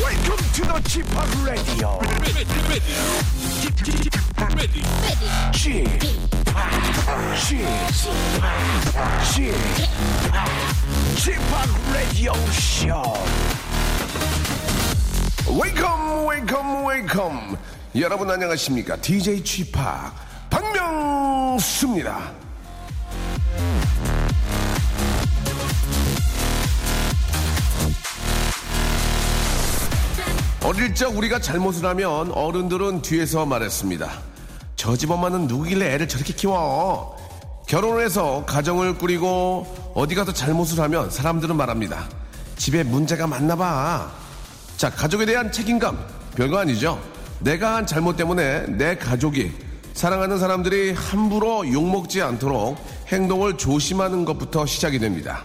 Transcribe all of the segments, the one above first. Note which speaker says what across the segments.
Speaker 1: welcome to the Chip Radio. Chip, Chip, Chip, Chip Radio Show. Welcome, welcome, welcome. 여러분 안녕하십니까? DJ Chip 박명수입니다. 어릴 적 우리가 잘못을 하면 어른들은 뒤에서 말했습니다. 저 집 엄마는 누구길래 애를 저렇게 키워? 결혼을 해서 가정을 꾸리고 어디 가서 잘못을 하면 사람들은 말합니다. 집에 문제가 많나 봐. 자, 가족에 대한 책임감. 별거 아니죠? 내가 한 잘못 때문에 내 가족이 사랑하는 사람들이 함부로 욕먹지 않도록 행동을 조심하는 것부터 시작이 됩니다.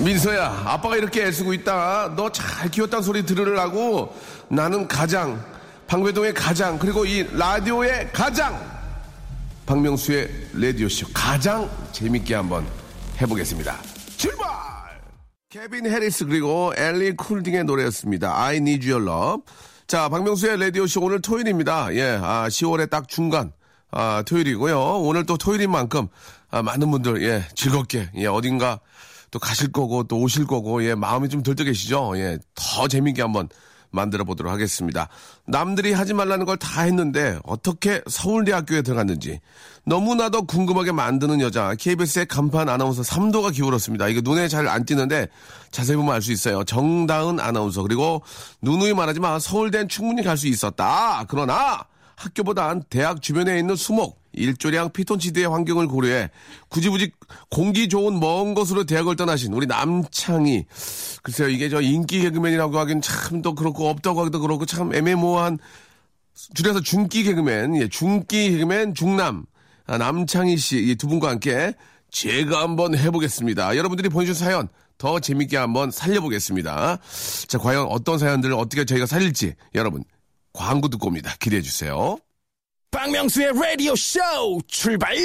Speaker 1: 민서야, 아빠가 이렇게 애쓰고 있다. 너 잘 키웠다는 소리 들으려고 나는 가장, 방배동의 가장, 그리고 이 라디오의 가장, 박명수의 라디오쇼 가장 재밌게 한번 해보겠습니다. 출발! 케빈 해리스 그리고 엘리 쿨딩의 노래였습니다. I need your love. 자, 박명수의 라디오쇼 오늘 토요일입니다. 예, 아, 10월의 딱 중간. 아, 토요일이고요. 오늘 또 토요일인 만큼 아, 많은 분들 예, 즐겁게 예, 어딘가 또 가실 거고 또 오실 거고 예, 마음이 좀 들떠계시죠? 예, 더 재밌게 한번 만들어 보도록 하겠습니다. 남들이 하지 말라는 걸 다 했는데 어떻게 서울대학교에 들어갔는지 너무나도 궁금하게 만드는 여자 KBS의 간판 아나운서 3도가 기울었습니다. 이게 눈에 잘 안 띄는데 자세히 보면 알 수 있어요. 정다은 아나운서 그리고 누누이 말하지만 서울대는 충분히 갈 수 있었다. 그러나 학교보단 대학 주변에 있는 수목, 일조량 피톤치드의 환경을 고려해 굳이 굳이 공기 좋은 먼 곳으로 대학을 떠나신 우리 남창희. 글쎄요, 이게 저 인기 개그맨이라고 하긴 참 또 그렇고 없다고 하기도 그렇고 참 애매모호한 줄여서 중기 개그맨, 예, 중기 개그맨 중남 아, 남창희 씨 이 두 분과 함께 제가 한번 해보겠습니다. 여러분들이 보내준 사연 더 재밌게 한번 살려보겠습니다. 자, 과연 어떤 사연들을 어떻게 저희가 살릴지 여러분 광고 듣고 옵니다. 기대해 주세요.
Speaker 2: 박명수의 라디오 쇼 출발!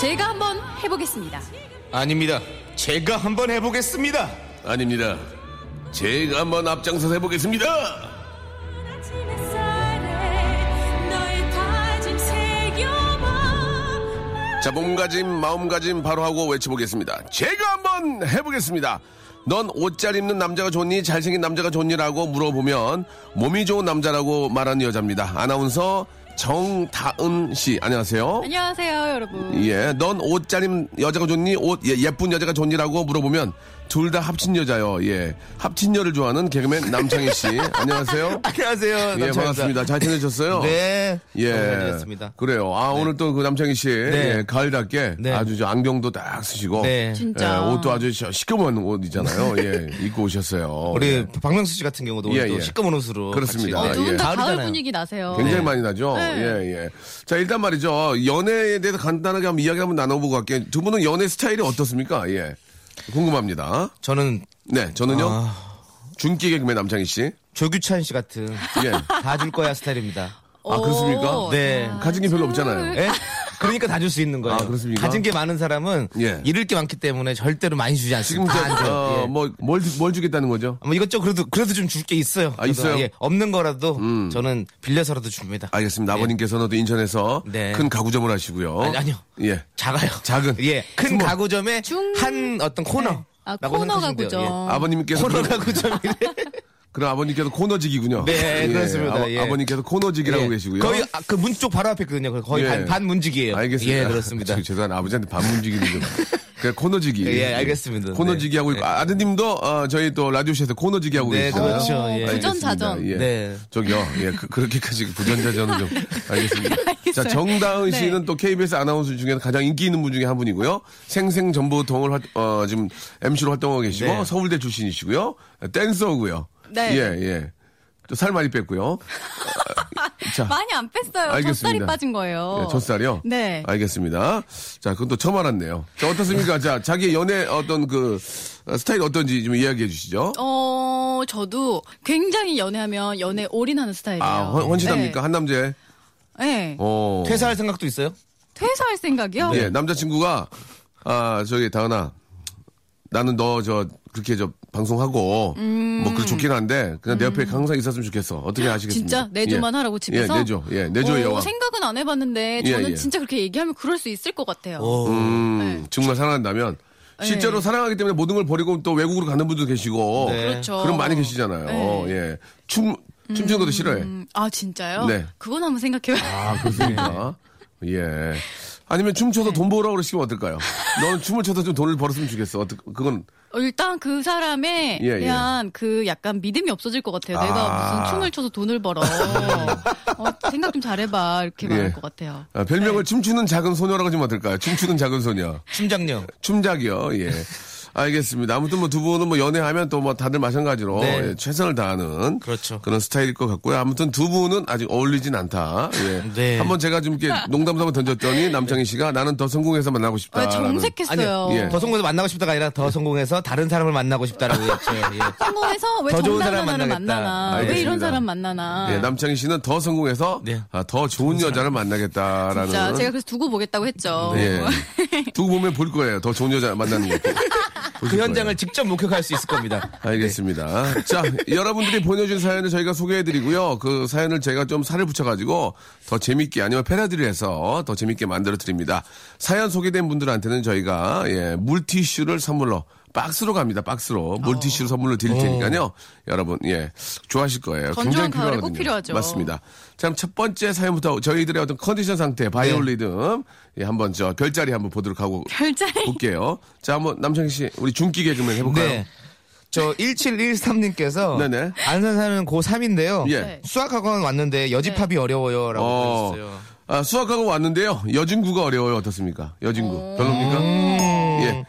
Speaker 3: 제가 한번 해보겠습니다.
Speaker 2: 아닙니다. 제가 한번 해보겠습니다.
Speaker 1: 아닙니다. 제가 한번 앞장서서 해보겠습니다. 자, 몸가짐, 마음가짐 바로 하고 외쳐보겠습니다. 제가 한번 해보겠습니다. 넌 옷 잘 입는 남자가 좋니? 잘생긴 남자가 좋니?라고 물어보면 몸이 좋은 남자라고 말하는 여자입니다. 아나운서 정다은 씨, 안녕하세요.
Speaker 3: 안녕하세요, 여러분.
Speaker 1: 예, 넌 옷 잘 입는 여자가 좋니? 옷 예, 쁜 여자가 좋니라고 물어보면 둘 다 합친 여자요. 예, 합친 여를 좋아하는 개그맨 남창희 씨, 안녕하세요.
Speaker 2: 안녕하세요.
Speaker 1: 예,
Speaker 2: 남창희입니다.
Speaker 1: 반갑습니다. 잘 지내셨어요?
Speaker 2: 네.
Speaker 1: 예,
Speaker 2: 반갑습니다.
Speaker 1: 그래요. 아 오늘 또 그 남창희 씨
Speaker 2: 네.
Speaker 1: 예, 가을답게
Speaker 2: 네.
Speaker 1: 아주 저 안경도 딱 쓰시고
Speaker 2: 네.
Speaker 3: 진짜.
Speaker 1: 예, 옷도 아주 시- 시꺼먼 옷이잖아요. 예, 입고 오셨어요.
Speaker 2: 우리 네.
Speaker 1: 예.
Speaker 2: 박명수 씨 같은 경우도
Speaker 1: 예,
Speaker 2: 오늘 또
Speaker 1: 예.
Speaker 2: 시꺼먼 옷으로.
Speaker 1: 그렇습니다.
Speaker 2: 같이.
Speaker 1: 아, 예.
Speaker 3: 두분 어, 다 가을
Speaker 2: 가을이잖아요.
Speaker 3: 분위기 나세요.
Speaker 1: 굉장히 많이 나죠.
Speaker 3: 네.
Speaker 1: 예, 예. 자 일단 말이죠. 연애에 대해서 간단하게 한번 이야기 한번 나눠보고 갈게요. 두 분은 연애 스타일이 어떻습니까? 예, 궁금합니다.
Speaker 2: 저는
Speaker 1: 네, 저는요.
Speaker 2: 아.
Speaker 1: 중기 개그맨 남창희 씨.
Speaker 2: 조규찬 씨 같은
Speaker 1: 예.
Speaker 2: 다 줄 거야 스타일입니다.
Speaker 3: 어,
Speaker 1: 아, 그렇습니까?
Speaker 3: 오,
Speaker 2: 네.
Speaker 1: 가진 게 별로 없잖아요.
Speaker 2: 예? 그러니까 다 줄 수 있는 거예요.
Speaker 1: 아, 그렇습니까?
Speaker 2: 가진 게 많은 사람은
Speaker 1: 예.
Speaker 2: 잃을 게 많기 때문에 절대로 많이 주지
Speaker 1: 지금
Speaker 2: 않습니다.
Speaker 1: 저,
Speaker 2: 다안 줘요. 예.
Speaker 1: 어, 뭐, 뭘, 주- 뭘 주겠다는 거죠?
Speaker 2: 뭐 이것저것 그래도 그래도 좀 줄 게 있어요.
Speaker 1: 아,
Speaker 2: 그래도,
Speaker 1: 있어요? 음. 아,
Speaker 2: 예, 없는 거라도 저는 빌려서라도 줍니다.
Speaker 1: 알겠습니다. 아버님께서는 또 인천에서
Speaker 2: 예. 네.
Speaker 1: 큰 가구점을 하시고요.
Speaker 2: 아니, 아니요.
Speaker 1: 예.
Speaker 2: 작아요.
Speaker 1: 작은.
Speaker 2: 예, 큰
Speaker 1: 스몰.
Speaker 2: 가구점의
Speaker 3: 중-
Speaker 2: 한 어떤 코너.
Speaker 3: 아,
Speaker 2: 라고
Speaker 3: 코너
Speaker 2: 생각하시면 돼요.
Speaker 3: 가구죠.
Speaker 2: 예.
Speaker 1: 아버님께서
Speaker 2: 코너
Speaker 1: 그,
Speaker 2: 가구점이래.
Speaker 1: 럼 아버님께서 코너직이군요.
Speaker 2: 네, 그렇습니다.
Speaker 1: 아버,
Speaker 2: 예.
Speaker 1: 님께서 코너직이라고
Speaker 2: 예.
Speaker 1: 계시고요.
Speaker 2: 거의 아, 그 문 쪽 바로 앞에 있거든요. 거의
Speaker 1: 예.
Speaker 2: 반, 반 문직이에요.
Speaker 1: 알겠습니다.
Speaker 2: 예, 그렇습니다.
Speaker 1: 저- 죄송한 아버지한테 반문직이는 좀. 그냥 코너직이.
Speaker 2: 예, 알겠습니다.
Speaker 1: 코너직이 하고 있고 아드님도 어, 저희 또 라디오쇼에서 코너직이 하고
Speaker 2: 네,
Speaker 1: 계시고요.
Speaker 2: 그렇죠.
Speaker 3: 어,
Speaker 2: 예.
Speaker 3: 부전자전.
Speaker 1: 알겠습니다. 예.
Speaker 2: 네.
Speaker 1: 저기요. 예, 그, 렇게까지 부전자전은 좀 알겠습니다. 자, 정다은
Speaker 3: 네.
Speaker 1: 씨는 또 KBS 아나운서 중에서 가장 인기 있는 분 중에 한 분이고요. 생생정보통을 활- 어, 지금 MC로 활동하고 계시고
Speaker 2: 네.
Speaker 1: 서울대 출신이시고요. 댄서고요.
Speaker 3: 네.
Speaker 1: 예, 예. 또 살 많이 뺐고요. 자.
Speaker 3: 많이 안 뺐어요. 젖살이
Speaker 1: 알겠습니다.
Speaker 3: 빠진 거예요.
Speaker 1: 예, 젖살이요?
Speaker 3: 네.
Speaker 1: 알겠습니다. 자, 그건 또 처음 알았네요. 자, 어떻습니까? 자, 자기 연애 어떤 그 어, 스타일 어떤지 좀 이야기해 주시죠.
Speaker 3: 어, 저도 굉장히 연애하면 연애 올인하는 스타일이에요.
Speaker 1: 아, 헌- 헌신합니까? 한 남자에?
Speaker 3: 네. 네.
Speaker 1: 어.
Speaker 2: 퇴사할 생각도 있어요?
Speaker 3: 퇴사할 생각이요?
Speaker 1: 예, 남자친구가, 아, 저기, 다은아. 나는 너, 저, 그렇게 저, 방송하고, 뭐, 그 좋긴 한데, 그냥 내 옆에 항상 있었으면 좋겠어. 어떻게 네, 하시겠습니까?
Speaker 3: 음. 진짜 내조만
Speaker 1: 예.
Speaker 3: 하라고 집에서.
Speaker 1: 예, 내조. 예, 내조의
Speaker 3: 어,
Speaker 1: 여왕.
Speaker 3: 생각은 안 해봤는데
Speaker 1: 예,
Speaker 3: 저는
Speaker 1: 예.
Speaker 3: 진짜 그렇게 얘기하면 그럴 수 있을 것 같아요.
Speaker 2: 어.
Speaker 1: 음,
Speaker 3: 네.
Speaker 1: 정말 사랑한다면. 실제로
Speaker 3: 예.
Speaker 1: 사랑하기 때문에 모든 걸 버리고 또 외국으로 가는 분도 계시고.
Speaker 2: 네.
Speaker 3: 그렇죠.
Speaker 1: 그럼 많이 계시잖아요.
Speaker 3: 네.
Speaker 1: 예. 춤, 춤추는 것도 싫어해.
Speaker 3: 음, 아 진짜요?
Speaker 1: 네.
Speaker 3: 그건 한번 생각해봐요.
Speaker 1: 아, 그렇습니까? 예. 아니면 춤춰서
Speaker 3: 네.
Speaker 1: 돈 벌어라고 시키면 어떨까요? 너는 춤을 춰서 좀 돈을 벌었으면 좋겠어. 어떡, 그건.
Speaker 3: 어, 일단 그 사람에
Speaker 1: 예, 예.
Speaker 3: 대한 그 약간 믿음이 없어질 것 같아요.
Speaker 1: 아.
Speaker 3: 내가 무슨 춤을 춰서 돈을 벌어. 어, 생각 좀 잘해봐 이렇게 말할
Speaker 1: 예.
Speaker 3: 것 같아요.
Speaker 1: 아, 별명을
Speaker 3: 네.
Speaker 1: 춤추는 작은 소녀라고 하면 어떨까요? 춤추는 작은 소녀.
Speaker 2: 심장령.
Speaker 1: 춤작이요, 예. 알겠습니다. 아무튼 뭐 두 분은 뭐 연애하면 또 뭐 다들 마찬가지로
Speaker 2: 네.
Speaker 1: 예, 최선을 다하는
Speaker 2: 그렇죠.
Speaker 1: 런 스타일일 것 같고요. 아무튼 두 분은 아직 어울리진 않다. 예.
Speaker 2: 네.
Speaker 1: 한번 제가 좀 이렇게 농담 삼아 던졌더니 남창희 씨가 나는 더 성공해서 만나고 싶다.
Speaker 3: 네. 아, 정색했어요.
Speaker 1: 네. 아니요, 예.
Speaker 2: 더 성공해서 만나고 싶다가 아니라 더 성공해서 다른 사람을 만나고 싶다라고 했죠. 예.
Speaker 3: 성공해서 왜
Speaker 2: 더 좋은
Speaker 3: 정당한 나를
Speaker 2: 사람 만나겠다.
Speaker 3: 만나나? 왜
Speaker 1: 알겠습니다.
Speaker 3: 이런 사람 만나나?
Speaker 1: 예, 남창희 씨는 더 성공해서
Speaker 2: 네.
Speaker 1: 아, 더 좋은 여자를 만나겠다라는.
Speaker 3: 진짜 제가 그래서 두고 보겠다고 했죠. 뭐
Speaker 1: 예. 두고 보면 볼 거예요. 더 좋은 여자 만나는 거.
Speaker 2: 그 현장을 직접 목격할 수 있을 겁니다.
Speaker 3: 네.
Speaker 1: 알겠습니다. 자, 여러분들이 보내준 사연을 저희가 소개해드리고요. 그 사연을 저희가 좀 살을 붙여가지고 더 재밌게 아니면 패러디를 해서 더 재밌게 만들어드립니다. 사연 소개된 분들한테는 저희가 예, 물티슈를 선물로 박스로 갑니다.
Speaker 3: 어.
Speaker 1: 박스로 물티슈를 선물로 드릴 테니까요. 여러분 예 좋아하실 거예요.
Speaker 3: 건조한
Speaker 1: 굉장히
Speaker 3: 가을에 꼭
Speaker 1: 필요하거든요.
Speaker 3: 필요하죠.
Speaker 1: 맞습니다. 참 첫 번째 사연부터 저희들의 어떤 컨디션 상태, 바이올리듬 예, 한번 저 별자리 한번 보도록 하고
Speaker 3: 별자리.
Speaker 1: 볼게요. 자, 한번 남창희 씨 우리 중기 개그맨 해볼까요?
Speaker 2: 네. 저 1713님께서
Speaker 1: 네네.
Speaker 2: 안산사는 고3인데요.
Speaker 1: 예.
Speaker 3: 네.
Speaker 2: 수학학원 왔는데 여집합이 어려워요라고
Speaker 1: 어,
Speaker 2: 보내주셨어요.
Speaker 1: 아, 수학하고 왔는데요. 여진구가 어려워요. 어떻습니까?
Speaker 3: 음.
Speaker 1: 여진구. 별로입니까?
Speaker 2: 음.
Speaker 1: 예.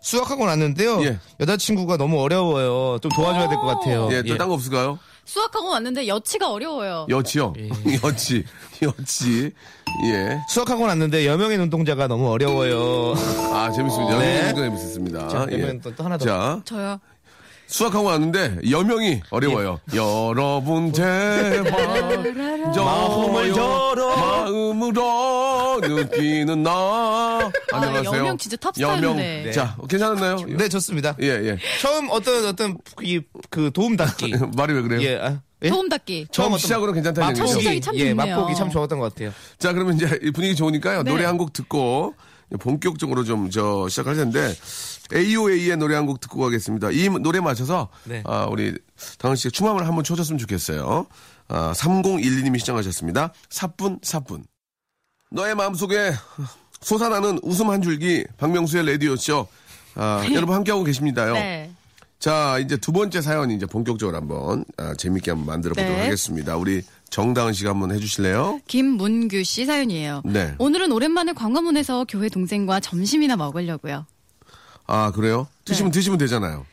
Speaker 2: 수학학원 왔는데요.
Speaker 1: 예.
Speaker 2: 여자친구가 너무 어려워요. 좀 도와줘야 될 것 같아요.
Speaker 1: 예, 또 딴 거 없을까요?
Speaker 2: 어,
Speaker 3: 수학하고 왔는데 여치가 어려워요.
Speaker 1: 여치요.
Speaker 2: 예.
Speaker 1: 여치. 여치. 예.
Speaker 2: 수학학원 왔는데 여명의 눈동자가 너무 어려워요.
Speaker 1: 아, 재밌습니다. 여명
Speaker 2: 네.
Speaker 1: 굉장히 재밌었습니다.
Speaker 2: 자,
Speaker 1: 예.
Speaker 2: 그러면 또- 또 하나 더.
Speaker 1: 자,
Speaker 3: 저요.
Speaker 1: 수학하고 왔는데 여명이 어려워요.
Speaker 2: 예.
Speaker 1: 여러분 제발 저
Speaker 2: 어. 마음을 저러.
Speaker 1: 마음으로 느끼는 나. 안녕하세요.
Speaker 3: 아, 여명 진짜 탑스타였는데.
Speaker 1: 여명.
Speaker 3: 네.
Speaker 1: 자, 괜찮았나요?
Speaker 2: 네, 좋습니다.
Speaker 1: 예, 예.
Speaker 2: 처음 어떤 어떤 이, 그 도움 닫기.
Speaker 1: 말이 왜 그래요?
Speaker 2: 예. 아, 예?
Speaker 3: 도움닫기.
Speaker 1: 처음
Speaker 2: 어떤-
Speaker 1: 시작으로 괜찮다는
Speaker 3: 첫
Speaker 1: 얘기죠.
Speaker 3: 시작이 참
Speaker 2: 예,
Speaker 3: 좋네요.
Speaker 2: 맛보기 참 좋았던 것 같아요.
Speaker 1: 자, 그러면 이제 이 분위기 좋으니까요.
Speaker 3: 네.
Speaker 1: 노래 한 곡 듣고 본격적으로 좀 저 시작할 텐데 AOA의 노래 한 곡 듣고 가겠습니다. 이 노래 맞춰서
Speaker 2: 네.
Speaker 1: 아, 우리 당은 씨가 춤함을 한번 춰줬으면 좋겠어요. 아, 3012님이 시청하셨습니다. 사뿐 사뿐. 너의 마음속에 솟아나는 웃음 한 줄기 박명수의 레디오쇼. 아, 여러분 함께하고 계십니다요.
Speaker 3: 네.
Speaker 1: 자, 이제 두 번째 사연 이제 본격적으로 한번 아, 재밌게 한번 만들어 보도록
Speaker 3: 네.
Speaker 1: 하겠습니다. 우리 정다은 씨가 한번 해주실래요?
Speaker 3: 김문규 씨 사연이에요.
Speaker 1: 네.
Speaker 3: 오늘은 오랜만에 광화문에서 교회 동생과 점심이나 먹으려고요.
Speaker 1: 아 그래요? 드시면 드시면 되잖아요.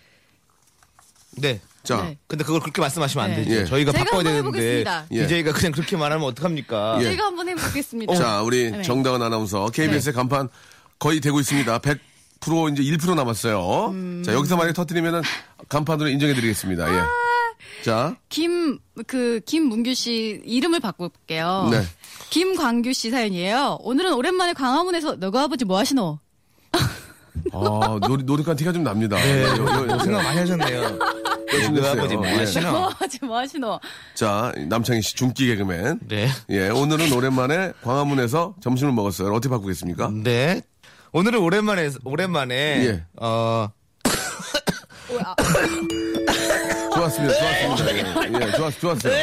Speaker 2: 네.
Speaker 1: 자,
Speaker 3: 네.
Speaker 2: 근데 그걸 그렇게 말씀하시면 안
Speaker 3: 네.
Speaker 2: 되죠.
Speaker 1: 예.
Speaker 2: 저희가
Speaker 3: 제가
Speaker 2: 바꿔야
Speaker 3: 한번
Speaker 2: 되는데
Speaker 3: 해보겠습니다.
Speaker 1: 예.
Speaker 2: DJ가 그냥 그렇게 말하면 어떡합니까?
Speaker 1: 예.
Speaker 3: 제가 한번 해보겠습니다.
Speaker 1: 자 우리
Speaker 3: 네.
Speaker 1: 정다은 아나운서 KBS의 간판 거의 되고 있습니다. 100% 이제 1% 남았어요.
Speaker 3: 음.
Speaker 1: 자 여기서 만약 에 터트리면은 간판으로 인정해드리겠습니다.
Speaker 3: 아.
Speaker 1: 예. 자,
Speaker 3: 김, 그, 김문규 씨 이름을 바꿀게요.
Speaker 1: 네.
Speaker 3: 김광규 씨 사연이에요. 오늘은 오랜만에 광화문에서 너가 아버지 뭐 하시노?
Speaker 1: 아, 노, 노력한 티가 좀 납니다.
Speaker 2: 네.
Speaker 1: 여- 여- 여- 여-
Speaker 2: 생각 많이 하셨네요.
Speaker 1: 열심히
Speaker 2: 너
Speaker 1: 했어요.
Speaker 2: 아버지 뭐
Speaker 1: 예.
Speaker 3: 너
Speaker 2: 하시나?
Speaker 3: 아버지 뭐 하시노?
Speaker 1: 자, 남창희 씨 중기 개그맨.
Speaker 2: 네.
Speaker 1: 예, 오늘은 오랜만에 광화문에서 점심을 먹었어요. 어떻게 바꾸겠습니까?
Speaker 2: 네. 오늘은 오랜만에 오랜만에
Speaker 1: 예.
Speaker 2: 어
Speaker 1: 좋았습니다. 좋았습니다. 예, 예, 좋았, 좋았어요.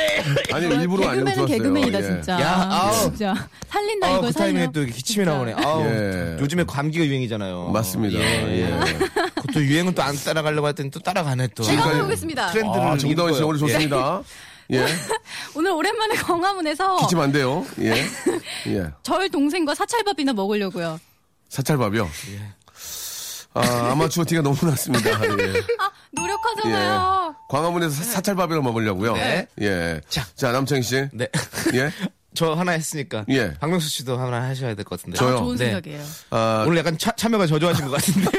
Speaker 1: 아니, 일부러 아니고
Speaker 3: 네. 개그맨은
Speaker 1: 좋았어요.
Speaker 3: 개그맨이다,
Speaker 1: 예.
Speaker 3: 진짜.
Speaker 2: 야, 아우.
Speaker 3: 진짜. 살린다,
Speaker 2: 아,
Speaker 3: 이걸
Speaker 2: 그 타이밍에
Speaker 3: 살려.
Speaker 2: 또 이렇게 기침이
Speaker 3: 진짜.
Speaker 2: 나오네. 아우,
Speaker 1: 예.
Speaker 2: 요즘에 감기가 유행이잖아요.
Speaker 1: 맞습니다. 예.
Speaker 2: 그것도 유행은 또 안 따라가려고 했더니 또 따라가네 또.
Speaker 3: 제가
Speaker 1: 지금까지
Speaker 3: 한번 해보겠습니다.
Speaker 2: 트렌드를
Speaker 1: 아, 정다은 씨
Speaker 2: 읽어요.
Speaker 1: 오늘 좋습니다. 예.
Speaker 3: 오늘 오랜만에 광화문에서
Speaker 2: 어.
Speaker 1: 기침 안 돼요. 예.
Speaker 2: 네.
Speaker 1: 예.
Speaker 3: 절 동생과 사찰밥이나 먹으려고요.
Speaker 1: 사찰밥이요. 아, 아마추어 티가 너무 났습니다. 예.
Speaker 3: 아, 노력하잖아요.
Speaker 1: 광화문에서 사찰밥이라 먹으려고요.
Speaker 2: 네.
Speaker 1: 예. 자,
Speaker 2: 자.
Speaker 1: 남창희 씨.
Speaker 2: 네.
Speaker 1: 예.
Speaker 2: 저 하나 했으니까.
Speaker 1: 예.
Speaker 2: 박명수 씨도 하나 하셔야 될 것 같은데.
Speaker 1: 저요?
Speaker 3: 아, 좋은
Speaker 2: 네.
Speaker 3: 생각이에요.
Speaker 1: 아,
Speaker 2: 오늘 약간 차, 참여가 저조하신 것 같은데.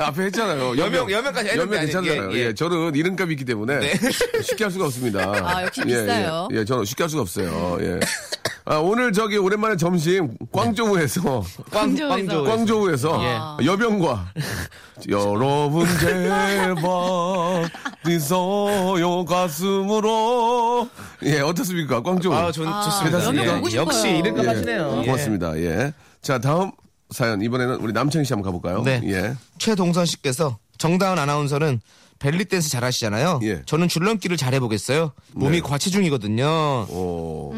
Speaker 1: 앞에 했잖아요.
Speaker 2: 여명, 여명까지
Speaker 1: 여명
Speaker 2: 했는데 아니,
Speaker 1: 괜찮잖아요. 예,
Speaker 2: 예, 예.
Speaker 1: 저는 이름값이 있기 때문에
Speaker 2: 네.
Speaker 1: 쉽게 할 수가 없습니다.
Speaker 3: 아, 역시
Speaker 1: 예,
Speaker 3: 비싸요.
Speaker 1: 예, 예, 저는 쉽게 할 수가 없어요. 예. 아, 오늘 저기 오랜만에 점심
Speaker 2: 네.
Speaker 1: 광저우에서
Speaker 2: 꽝,
Speaker 3: 광저우에서.
Speaker 2: 꽝조.
Speaker 1: 광저우에서 여병과 예. 여러분 제발 뛰어요 가슴으로 예 어떻습니까 광저우
Speaker 2: 아, 전
Speaker 3: 아,
Speaker 2: 좋습니다.
Speaker 1: 여명
Speaker 2: 예.
Speaker 1: 보고
Speaker 3: 싶어요.
Speaker 2: 역시 이럴 것
Speaker 1: 예,
Speaker 2: 같네요.
Speaker 1: 고맙습니다 예자 다음 사연 이번에는 우리 남창희 씨 한번 가볼까요
Speaker 2: 네.
Speaker 1: 예
Speaker 2: 최동선 씨께서 정다은 아나운서는 벨리 댄스 잘하시잖아요.
Speaker 1: 예. 네.
Speaker 2: 저는 줄넘기를 잘해보겠어요. 몸이 과체중이거든요.
Speaker 1: 어, 오.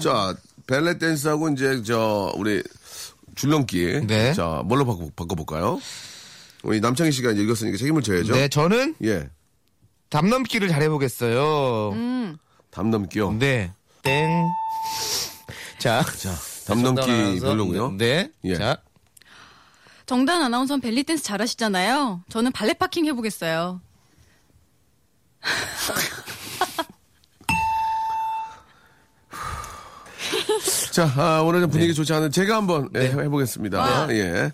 Speaker 1: 자, 벨레 댄스하고 이제 저 우리 줄넘기.
Speaker 2: 네.
Speaker 1: 자, 뭘로 바꿔 바꿔볼까요? 우리 남창희 씨가 이제 읽었으니까 책임을 져야죠.
Speaker 2: 네, 저는
Speaker 1: 예.
Speaker 2: 담넘기를 잘해보겠어요.
Speaker 1: 담 넘기요.
Speaker 2: 네. 땡. 자. 자.
Speaker 1: 담 넘기 별로고요.
Speaker 2: 네.
Speaker 1: 예.
Speaker 2: 자.
Speaker 3: 정단 아나운서는 벨리 댄스 잘하시잖아요. 저는 발레 파킹 해보겠어요.
Speaker 1: 자, 아, 오늘 좀
Speaker 2: 네.
Speaker 1: 분위기 좋지 않은 제가 한번 예, 해보겠습니다. 예.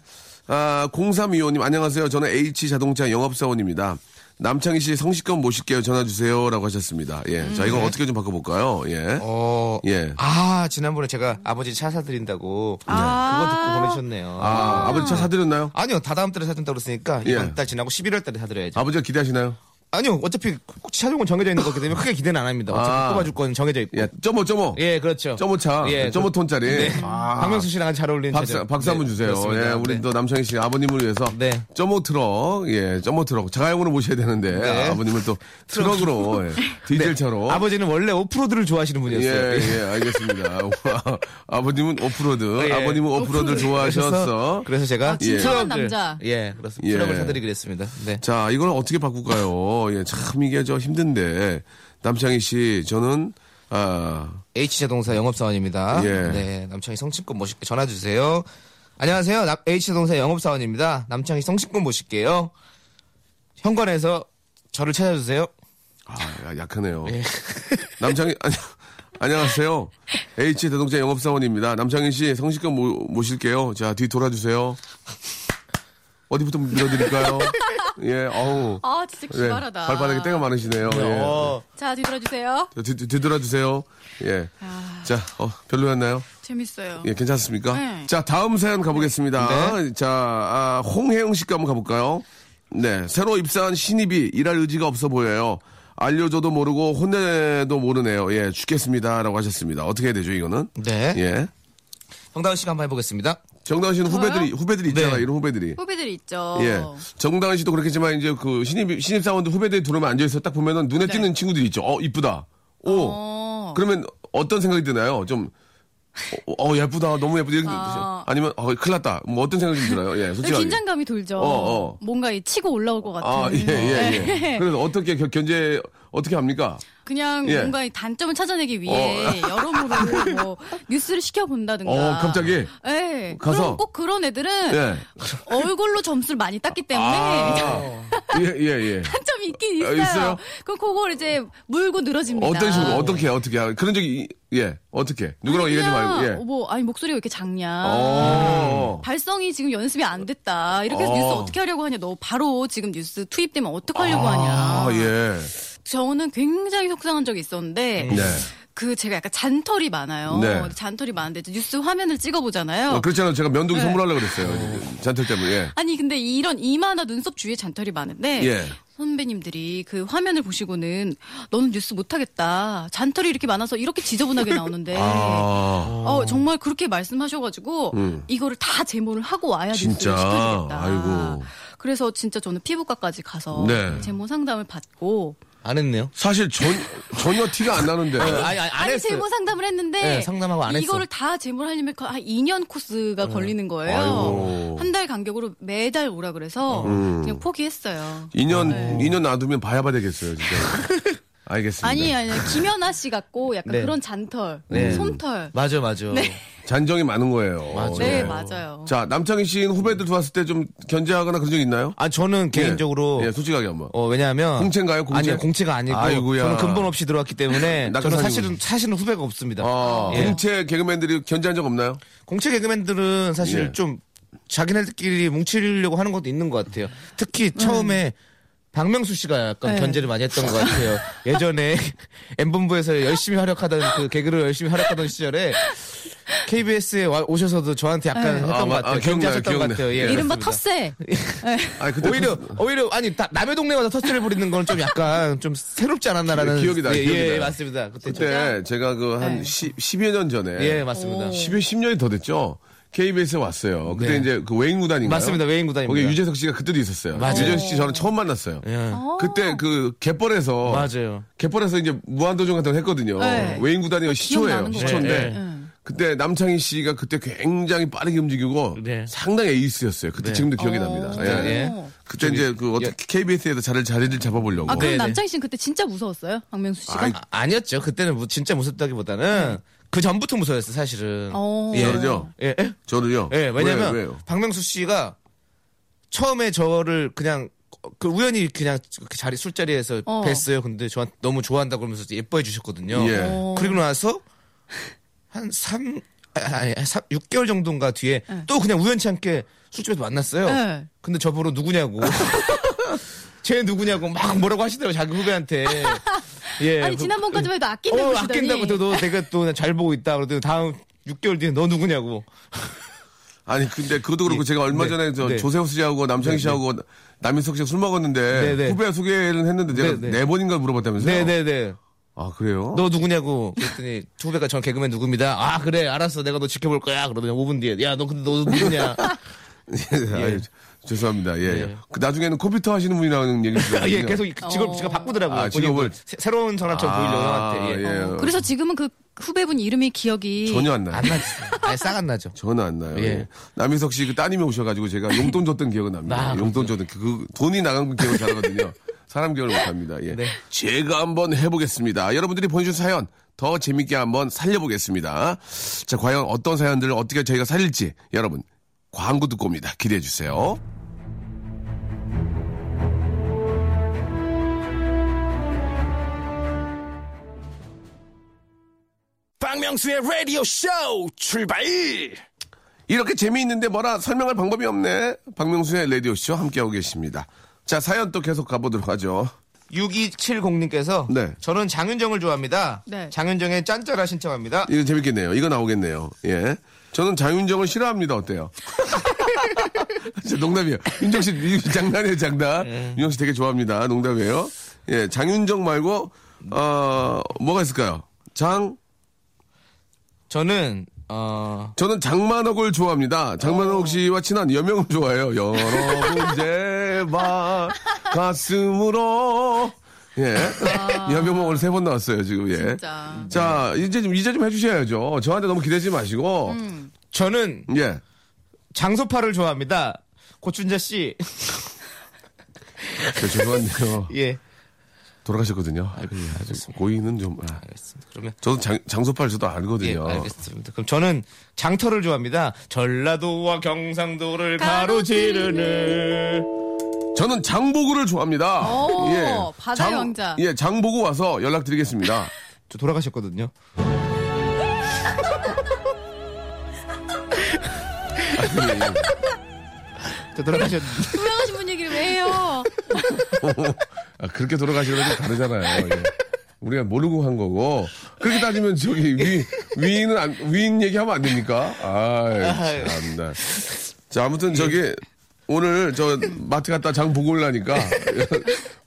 Speaker 1: 아, 0325님 안녕하세요. 저는 H 자동차 영업사원입니다. 남창희 씨 성식껏 모실게요. 전화 주세요라고 하셨습니다. 예. 자, 이건 어떻게 좀 바꿔볼까요? 예.
Speaker 2: 네. 어.
Speaker 1: 예.
Speaker 2: 아, 지난번에 제가 아버지 차 사드린다고. 그거 듣고 보내셨네요.
Speaker 1: 아, 아버지 차 사드렸나요?
Speaker 2: 아니요, 다다음 달에 사준다고 그랬으니까
Speaker 1: 예.
Speaker 2: 이번 달 지나고 11월 달에 사드려야죠.
Speaker 1: 아버지가 기대하시나요?
Speaker 2: 아니요, 어차피 차종은 정해져 있는 거기 때문에 크게 기대는 안 합니다. 어차피
Speaker 1: 아.
Speaker 2: 뽑아줄 건 정해져 있고.
Speaker 1: 예,
Speaker 2: 예,
Speaker 1: 점오 점오.
Speaker 2: 그렇죠.
Speaker 1: 점오 차, 점오 톤짜리.
Speaker 2: 네.
Speaker 1: 아.
Speaker 2: 박명수 씨랑 잘 어울리는
Speaker 1: 박수,
Speaker 2: 차죠.
Speaker 1: 박수 한번
Speaker 2: 네,
Speaker 1: 주세요.
Speaker 2: 그렇습니다.
Speaker 1: 예, 우리
Speaker 2: 네.
Speaker 1: 또 남창희 씨 아버님을 위해서
Speaker 2: 네.
Speaker 1: 점오 트럭, 예, 점오 트럭. 자가용으로 모셔야 되는데
Speaker 2: 네.
Speaker 1: 아, 버님을또 트럭으로 예, 디젤차로.
Speaker 2: 아버지는 원래 오프로드를 좋아하시는
Speaker 1: 예,
Speaker 2: 분이었어요.
Speaker 1: 예, 알겠습니다. 아, 와, 아버님은 오프로드,
Speaker 2: 예.
Speaker 1: 아버님은 오프로드를 좋아하셨어.
Speaker 2: 그래서 제가
Speaker 3: 아, 진정한
Speaker 2: 트럭을-
Speaker 3: 남자.
Speaker 2: 예, 그렇습니다.
Speaker 1: 예.
Speaker 2: 트럭을 사드리기로 했습니다. 네.
Speaker 1: 자, 이걸 어떻게 바꿀까요? 예, 참 이게 저 힘든데 남창희 씨, 저는 아,
Speaker 2: H자동차 영업사원입니다.
Speaker 1: 예.
Speaker 2: 네, 남창희 성친권 모실게 전화 주세요. 안녕하세요, 나- H자동차 영업사원입니다. 남창희 성친권 모실게요. 현관에서 저를 찾아주세요.
Speaker 1: 아, 야, 약하네요. 남창희, 아니, 안녕하세요. H 자동차 영업사원입니다. 남창희 씨, 성실껏 모, 모실게요. 자, 뒤 돌아주세요. 어디부터 밀어드릴까요? 예, 어우.
Speaker 3: 아 진짜
Speaker 1: 예,
Speaker 3: 기발하다.
Speaker 1: 발바닥에 때가 많으시네요. 예.
Speaker 2: 어,
Speaker 3: 자 뒤돌아주세요.
Speaker 1: 자, 뒤, 뒤- 뒤돌아주세요. 예. 자, 어, 별로였나요?
Speaker 3: 재밌어요.
Speaker 1: 예, 괜찮습니까?
Speaker 3: 네.
Speaker 1: 자, 다음 사연 가보겠습니다. 자, 아, 홍혜영 씨가 한번 가볼까요? 네, 새로 입사한 신입이 일할 의지가 없어 보여요. 알려줘도 모르고 혼내도 모르네요. 예, 죽겠습니다라고 하셨습니다. 어떻게 해야 되죠, 이거는?
Speaker 2: 네.
Speaker 1: 예.
Speaker 2: 정다은 씨가 한번 해보겠습니다.
Speaker 1: 정다은 씨는 후배들이 후배들이 있잖아,
Speaker 2: 네.
Speaker 1: 이런 후배들이.
Speaker 3: 후배들이 있죠. 어.
Speaker 1: 예. 정다은 씨도 그렇겠지만 이제 그 신입 신입 사원들 후배들이 들어오면 앉아 있어 딱 보면은 눈에 띄는 친구들이 있죠. 어, 이쁘다. 오.
Speaker 3: 네. 어.
Speaker 1: 그러면 어떤 생각이 드나요? 좀 어, 어, 예쁘다, 너무 예쁘다. 이렇게
Speaker 3: 아. 그
Speaker 1: 아니면 어, 큰일 났다. 뭐 어떤 생각이 들어요? 예, 솔직히.
Speaker 3: 네, 긴장감이 돌죠.
Speaker 1: 어, 어.
Speaker 3: 뭔가 이 치고 올라올 것 같은.
Speaker 1: 아, 예, 예, 예.
Speaker 3: 네.
Speaker 1: 그래서 어떻게 견- 견제 어떻게 합니까?
Speaker 3: 그냥
Speaker 1: 예.
Speaker 3: 뭔가 이 단점을 찾아내기 위해 여러모로 뭐 뉴스를 시켜본다든가.
Speaker 1: 어, 갑자기?
Speaker 3: 예.
Speaker 1: 가서?
Speaker 3: 그럼 꼭 그런 애들은
Speaker 1: 예.
Speaker 3: 얼굴로 점수를 많이 땄기 때문에
Speaker 1: 아.
Speaker 3: 네.
Speaker 1: 예, 예, 예.
Speaker 3: 단점이 있긴
Speaker 1: 아,
Speaker 3: 있어요.
Speaker 1: 있어요?
Speaker 3: 그럼 그걸 이제 물고 늘어집니다.
Speaker 1: 어떤 식으로 어떻게 어떻게 그런 적이 이- 예 어떻게 누구랑
Speaker 3: 아니,
Speaker 1: 얘기하지 말고
Speaker 3: 그냥
Speaker 1: 예.
Speaker 3: 뭐 아니 목소리가 왜 이렇게 작냐.
Speaker 1: 어.
Speaker 3: 발성이 지금 연습이 안 됐다. 이렇게 해서
Speaker 1: 어.
Speaker 3: 뉴스 어떻게 하려고 하냐. 너 바로 지금 뉴스 투입되면 어떡하려고 하냐.
Speaker 1: 아, 예.
Speaker 3: 저는 굉장히 속상한 적이 있었는데
Speaker 1: 네.
Speaker 3: 그 제가 약간 잔털이 많아요.
Speaker 1: 네.
Speaker 3: 잔털이 많은데 이제 뉴스 화면을 찍어보잖아요. 네.
Speaker 1: 어, 그렇잖아요. 제가 면도기 선물하려고 그랬어요. 잔털 때문에. 예.
Speaker 3: 아니 근데 이런 이마나 눈썹 주위에 잔털이 많은데
Speaker 1: 예.
Speaker 3: 선배님들이 그 화면을 보시고는 너는 뉴스 못하겠다. 잔털이 이렇게 많아서 이렇게 지저분하게 나오는데
Speaker 1: 아.
Speaker 3: 어, 정말 그렇게 말씀하셔가지고 이거를 다 제모를 하고 와야 뉴스를
Speaker 1: 음. 진짜.
Speaker 3: 시켜주겠다.
Speaker 1: 아이고.
Speaker 3: 그래서 진짜 저는 피부과까지 가서
Speaker 1: 네.
Speaker 3: 제모 상담을 받고
Speaker 2: 안 했네요.
Speaker 1: 사실 전 전혀 티가 안 나는데.
Speaker 2: 아니, 아니, 안
Speaker 3: 아니
Speaker 2: 했어요.
Speaker 3: 제모 상담을 했는데
Speaker 2: 네, 상담하고 안 했어. 네.
Speaker 3: 이거를 다 제모를 하려면 거의 한 2년 코스가
Speaker 1: 아이고.
Speaker 3: 걸리는
Speaker 1: 음.
Speaker 3: 거예요. 한 달 간격으로 매달 오라 그래서 그냥 포기했어요.
Speaker 2: 아, 네.
Speaker 1: 2년, 이 2년 놔두면 봐야 봐 되겠어요, 진짜. 알겠습니다.
Speaker 3: 아니 아니 김연아 씨 같고 약간
Speaker 2: 네.
Speaker 3: 그런 잔털,
Speaker 2: 네.
Speaker 3: 솜털.
Speaker 2: 맞아, 맞아.
Speaker 1: 잔정이 많은 거예요.
Speaker 2: 맞아요.
Speaker 3: 네,
Speaker 1: 예.
Speaker 3: 맞아요.
Speaker 1: 자, 남창희 씨는 후배들 들어왔을 때 좀 견제하거나 그런 적 있나요?
Speaker 2: 아 저는
Speaker 1: 예.
Speaker 2: 개인적으로
Speaker 1: 예, 솔직하게 한번.
Speaker 2: 어 왜냐하면
Speaker 1: 공채인가요, 공채?
Speaker 2: 아니요 공채가 아니고
Speaker 1: 아이고야.
Speaker 2: 저는 근본 없이 들어왔기 때문에 저는
Speaker 1: 낙하산이군요.
Speaker 2: 사실은 사실은 후배가 없습니다.
Speaker 1: 아,
Speaker 2: 예.
Speaker 1: 공채 개그맨들이 견제한 적 없나요?
Speaker 2: 공채 개그맨들은 사실
Speaker 1: 예.
Speaker 2: 좀 자기네들끼리 뭉치려고 하는 것도 있는 것 같아요. 특히 처음에 박명수 씨가 약간
Speaker 3: 네.
Speaker 2: 견제를 많이 했던 것 같아요. 예전에 M본부에서 열심히 활약하던 그 개그를 열심히 활약하던 시절에 KBS에 오셔서도 저한테 약간 했던
Speaker 1: 아,
Speaker 2: 것
Speaker 1: 마- 아,
Speaker 2: 같아요.
Speaker 1: 기억나요,
Speaker 2: 견제하셨던 것
Speaker 1: 기억나요.
Speaker 2: 같아요. 예,
Speaker 3: 네. 이른바
Speaker 2: 그렇습니다.
Speaker 3: 텃세.
Speaker 1: 아니, 그때
Speaker 2: 오히려
Speaker 1: 그-
Speaker 2: 오히려 아니 다 남의 동네 와서 터치를 부리는 건 좀 약간 좀 새롭지 않았나라는
Speaker 1: 기억이 나,
Speaker 2: 예,
Speaker 1: 기억이
Speaker 2: 예,
Speaker 1: 나요.
Speaker 2: 맞습니다. 그때 좀-
Speaker 1: 그때 제가 그 한
Speaker 3: 네.
Speaker 1: 십 10여 년 전에
Speaker 2: 예 맞습니다.
Speaker 3: 오.
Speaker 1: 10여 10년이 더 됐죠. KBS에 왔어요. 그때
Speaker 2: 네.
Speaker 1: 이제 그 외인 구단인가요?
Speaker 2: 맞습니다. 외인 구단입니다.
Speaker 1: 거기 유재석 씨가 그때도 있었어요.
Speaker 2: 맞아요.
Speaker 1: 유재석 씨 저는 처음 만났어요.
Speaker 2: 예.
Speaker 1: 그때 그 갯벌에서
Speaker 2: 맞아요.
Speaker 1: 갯벌에서 이제 무한도전 같은 걸 했거든요.
Speaker 3: 네.
Speaker 1: 외인 구단이 시초예요.
Speaker 3: 기억나는 네. 거
Speaker 1: 시초인데
Speaker 2: 같아요.
Speaker 1: 그때 남창희 씨가 그때 굉장히 빠르게 움직이고
Speaker 2: 네.
Speaker 1: 상당히 에이스였어요. 그때 지금도 기억이 납니다. 예.
Speaker 2: 예.
Speaker 1: 그때 이제 그 어떻게 KBS에서 자리를 자리를 잡아보려고.
Speaker 3: 아, 그럼
Speaker 2: 네, 네.
Speaker 3: 남창희 씨는 그때 진짜 무서웠어요? 박명수 씨가?
Speaker 1: 아이,
Speaker 2: 아, 아니었죠. 그때는 무- 진짜 무섭다기보다는 그 전부터 무서웠어요, 사실은.
Speaker 3: 어.
Speaker 2: 예.
Speaker 1: 저는요.
Speaker 2: 예, 예?
Speaker 1: 저는요.
Speaker 2: 예, 왜냐면
Speaker 1: 왜요? 왜요?
Speaker 2: 박명수 씨가 처음에 저를 그냥 그 우연히 그냥 그 자리 술자리에서
Speaker 3: 어.
Speaker 2: 뵀어요. 근데 저한테 너무 좋아한다 그러면서 예뻐해 주셨거든요.
Speaker 1: 예.
Speaker 3: 어.
Speaker 2: 그리고 나서 한 3, 아니, 3, 6개월 정도인가 뒤에
Speaker 3: 예.
Speaker 2: 또 그냥 우연치 않게 술집에서 만났어요.
Speaker 3: 네.
Speaker 2: 근데 저보러 누구냐고. 쟤 누구냐고 막 뭐라고 하시더라고 자기 후배한테.
Speaker 1: 네,
Speaker 2: 예.
Speaker 3: 아니,
Speaker 2: 그-
Speaker 3: 지난번까지만 해도 아낀다고
Speaker 2: 어,
Speaker 3: 그러시더니.
Speaker 2: 아낀다고 너 내가 또 잘 보고 있다 그러더니 다음 6개월 뒤에 너 누구냐고.
Speaker 1: 아니 근데 그것도 그렇고
Speaker 2: 예.
Speaker 1: 제가 얼마
Speaker 2: 네.
Speaker 1: 전에 저
Speaker 2: 네.
Speaker 1: 조세호 씨하고 남창희 씨하고 남인석 씨가 술 먹었는데
Speaker 2: 네, 네.
Speaker 1: 후배 소개를 했는데 제가
Speaker 2: 네,
Speaker 1: 네,
Speaker 2: 네.
Speaker 1: 번인가 물어봤다면서요?
Speaker 2: 네네네.
Speaker 1: 아 그래요?
Speaker 2: 너 누구냐고 그랬더니 후배가 전 개그맨 누구입니다. 아 그래 알았어 내가 너 지켜볼 거야. 그러더니 5분 뒤에 야 너 근데 너 누구냐.
Speaker 1: 예. 아유, 죄송합니다. 예. 예. 그 나중에는 컴퓨터 하시는 분이 나오는 얘기
Speaker 2: 아,
Speaker 1: 들었거든요.
Speaker 2: 네. 예 계속 직업 제가 바꾸더라고요.
Speaker 1: 아, 직업을.
Speaker 2: 본인도 새, 새로운 사람처럼 보이려고
Speaker 1: 아,
Speaker 2: 한테. 예.
Speaker 1: 예.
Speaker 3: 어, 그래서 지금은 그 후배분 이름이 기억이.
Speaker 1: 전혀 안 나요.
Speaker 2: 안 나지. 아니 싹안 나죠.
Speaker 1: 전혀 안 나요.
Speaker 2: 예.
Speaker 1: 예. 남인석 씨 그 따님이 오셔가지고 제가 용돈 줬던 기억은 납니다.
Speaker 2: 아,
Speaker 1: 용돈 줬던 그 돈이 나간 기억을 잘하거든요. 사람 기억을 못합니다. 예.
Speaker 2: 네.
Speaker 1: 제가 한번 해보겠습니다. 여러분들이 보내준 사연 더 재밌게 한번 살려보겠습니다. 자, 과연 어떤 사연들을 어떻게 저희가 살릴지 여러분 광고 듣고 옵니다. 기대해 주세요.
Speaker 4: 박명수의 라디오 쇼 출발!
Speaker 1: 이렇게 재미있는데 뭐라 설명할 방법이 없네. 박명수의 라디오쇼 함께하고 계십니다. 자, 사연 또 계속 가보도록 하죠.
Speaker 2: 6270님께서
Speaker 1: 네.
Speaker 2: 저는 장윤정을 좋아합니다.
Speaker 3: 네.
Speaker 2: 장윤정의 짠짜라 신청합니다.
Speaker 1: 이거 재밌겠네요. 이거 나오겠네요. 예. 저는 장윤정을 싫어합니다. 어때요? 진짜 농담이에요. 윤정 씨, 윤정 씨 장난이에요, 장난.
Speaker 3: 예.
Speaker 1: 윤정 씨 되게 좋아합니다. 농담이에요. 예, 장윤정 말고, 어, 뭐가 있을까요? 장,
Speaker 2: 저는 어
Speaker 1: 저는 장만옥을 좋아합니다. 장만옥 씨와 친한 여명을 좋아해요. 여러분 제발 가슴으로 예 여명 오늘 세 번 나왔어요 지금 예.
Speaker 3: 아. 진짜.
Speaker 1: 자 이제 좀 이제 좀 해주셔야죠. 저한테 너무 기대지 마시고
Speaker 3: 음.
Speaker 2: 저는
Speaker 1: 예
Speaker 2: 장소파를 좋아합니다. 고춘자 씨.
Speaker 1: 저 네, 죄송한데요
Speaker 2: 예.
Speaker 1: 돌아가셨거든요.
Speaker 2: 네, 알겠습니다.
Speaker 1: 고인은 좀 아,
Speaker 2: 알겠습니다. 그러면
Speaker 1: 저도 장, 장소팔 저도
Speaker 2: 예,
Speaker 1: 알거든요.
Speaker 2: 알겠습니다. 그럼 저는 장터를 좋아합니다. 전라도와 경상도를 가로지르는
Speaker 1: 저는 장보고를 좋아합니다.
Speaker 3: 오, 바다의 왕자.
Speaker 1: 예 장보고 와서 연락드리겠습니다.
Speaker 2: 저 돌아가셨거든요. 예, 저 돌아가셨는데
Speaker 3: 유명하신 분 얘기를 왜 해요?
Speaker 1: 아, 그렇게 돌아가시면 좀 다르잖아요. 예. 우리가 모르고 한 거고. 그렇게 따지면 저기 위, 위인은 안, 위인 얘기하면 안 됩니까? 아이,
Speaker 2: 아유. 네. 예.
Speaker 1: 참나. 자, 아무튼 저기 오늘 저 마트 갔다 장 보고 올라니까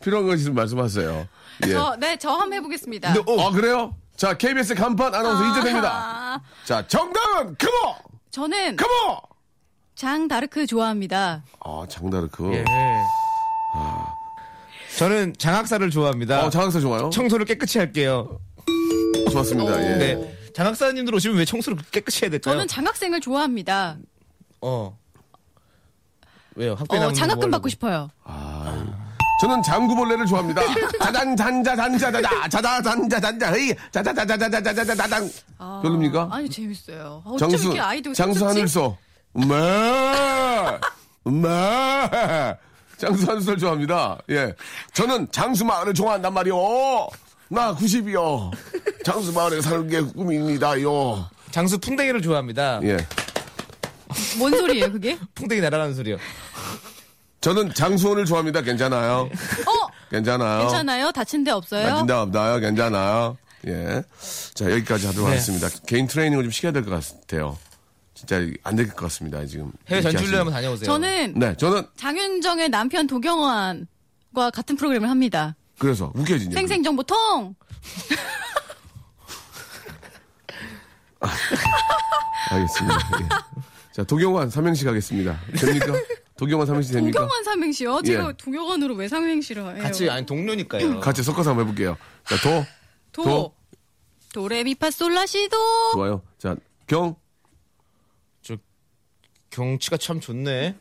Speaker 1: 필요한 거 있으면 말씀하세요. 예.
Speaker 3: 저, 네, 저 한번 해보겠습니다.
Speaker 1: 근데, 어, 아, 그래요? 자, KBS 간판 아나운서 이제 됩니다.
Speaker 3: 아,
Speaker 1: 자, 정답은 컴온!
Speaker 3: 저는
Speaker 1: 컴온!
Speaker 3: 장 다르크 좋아합니다.
Speaker 1: 아, 장다르크.
Speaker 2: 예. 아. 저는 장학사를 좋아합니다.
Speaker 1: 어, 장학사 좋아요?
Speaker 2: 청소를 깨끗이 할게요.
Speaker 1: 좋았습니다. 예.
Speaker 2: 네. 장학사님들 오시면 왜 청소를 깨끗이 해야 될까요?
Speaker 1: 네.
Speaker 3: 저는 장학생을 좋아합니다.
Speaker 2: 어. 왜요? 학비
Speaker 3: 어,
Speaker 2: 나오는 거
Speaker 3: 장학금
Speaker 2: 뭐 하려고?
Speaker 3: 받고 싶어요.
Speaker 1: 아, 저는 장구벌레를 좋아합니다. 자단 잔자 잔자 자자 자다 잔자 잔자 헤이 자자 자자 자자 자자 자자 단
Speaker 3: 아,
Speaker 1: 별로입니까?
Speaker 3: 아니 재밌어요. 아, 어쩜
Speaker 1: 장수
Speaker 3: 이렇게 아이들
Speaker 1: 장수 하늘소 매 매. 장수 하늘소를 좋아합니다. 예, 저는 장수 마을을 좋아한단 말이오. 나 90이요. 장수 마을에 사는 게 꿈입니다요.
Speaker 2: 장수 풍뎅이를 좋아합니다.
Speaker 1: 예,
Speaker 3: 뭔 소리예요 그게?
Speaker 2: 풍뎅이 날아가는 소리요.
Speaker 1: 저는 장수원을 좋아합니다. 괜찮아요.
Speaker 3: 어
Speaker 1: 괜찮아요.
Speaker 3: 괜찮아요? 다친 데 없어요?
Speaker 1: 맞진다 없나요? 괜찮아요. 예. 자, 여기까지 하도록
Speaker 2: 네.
Speaker 1: 하겠습니다. 개인 트레이닝을 좀 시켜야 될 것 같아요. 진짜 안 될 것 같습니다. 지금.
Speaker 2: 해외
Speaker 1: 이렇게
Speaker 2: 전출로 한번
Speaker 1: 하시면.
Speaker 2: 다녀오세요.
Speaker 3: 저는
Speaker 1: 네, 저는
Speaker 3: 장윤정의 남편 도경환과 같은 프로그램을 합니다.
Speaker 1: 그래서 웃겨지네요.
Speaker 3: 생생정보통.
Speaker 1: 알겠습니다. 예. 자, 도경환 삼행시 가겠습니다. 됩니까? 도경환 삼행시 됩니까?
Speaker 3: 도경환 삼행시요? 제가
Speaker 1: 그러니까. 예.
Speaker 3: 도경환으로 왜 삼행시를 해요?
Speaker 2: 같이 아니 동료니까요.
Speaker 1: 같이 섞어서 한번 해볼게요. 자, 도.
Speaker 3: 도.
Speaker 1: 도.
Speaker 3: 도레미파솔라시도.
Speaker 1: 좋아요. 자, 경.
Speaker 2: 저 경치가 참 좋네.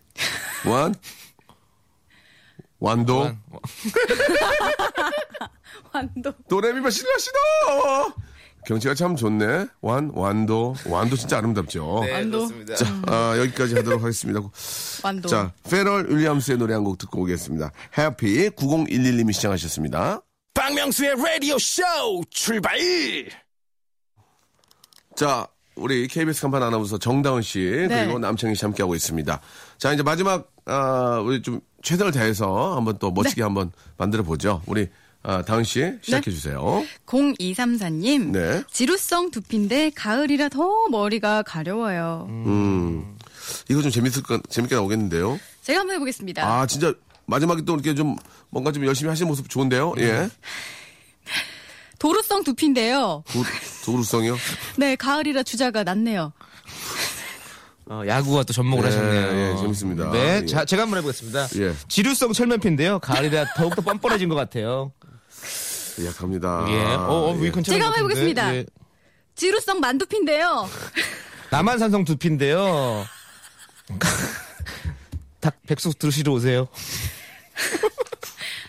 Speaker 1: 완. 완도.
Speaker 3: 완도.
Speaker 1: 도레미바 실라시도! 경치가 참 좋네. 완, 완도. 완도 진짜 아름답죠.
Speaker 2: 네.
Speaker 3: 안도.
Speaker 2: 그렇습니다.
Speaker 1: 자, 아, 여기까지 하도록 하겠습니다.
Speaker 3: 완도.
Speaker 1: 자, 페럴 윌리엄스의 노래 한 곡 듣고 오겠습니다. 해피 9011님이 시청하셨습니다.
Speaker 4: 박명수의 라디오 쇼 출발!
Speaker 1: 자, 우리 KBS 간판 아나운서 정다은 씨
Speaker 3: 네.
Speaker 1: 그리고 남창희 씨 함께하고 있습니다. 자, 이제 마지막 아, 우리 좀 최선을 다해서 한번 또 멋지게 한번 만들어 보죠. 우리 아, 다은 씨 시작해 주세요.
Speaker 3: 0234님.
Speaker 1: 네.
Speaker 3: 지루성 두피인데 가을이라 더 머리가 가려워요.
Speaker 1: 음. 이거 좀 재밌을 것 재밌게 나오겠는데요.
Speaker 3: 제가 한번 해보겠습니다.
Speaker 1: 아, 진짜 마지막에 또 이렇게 좀 뭔가 좀 열심히 하시는 모습 좋은데요. 예.
Speaker 3: 도루성 두피인데요.
Speaker 1: 도, 도루성이요.
Speaker 3: 네, 가을이라 주자가 낫네요.
Speaker 2: 어, 야구와 또 접목을
Speaker 1: 예,
Speaker 2: 하셨네요.
Speaker 1: 예, 재밌습니다.
Speaker 2: 네,
Speaker 1: 예.
Speaker 2: 자, 제가 한번 해보겠습니다.
Speaker 1: 예.
Speaker 2: 지류성 철면피인데요. 가을이라 더욱더 뻔뻔해진 것 같아요.
Speaker 1: 예, 갑니다.
Speaker 2: 예. 어, 어,
Speaker 1: 예.
Speaker 2: 위컨
Speaker 3: 제가 한번 해보겠습니다. 지루성 만두피인데요.
Speaker 2: 예. 남한산성 두피인데요. 닭 백숙 드시러 오세요.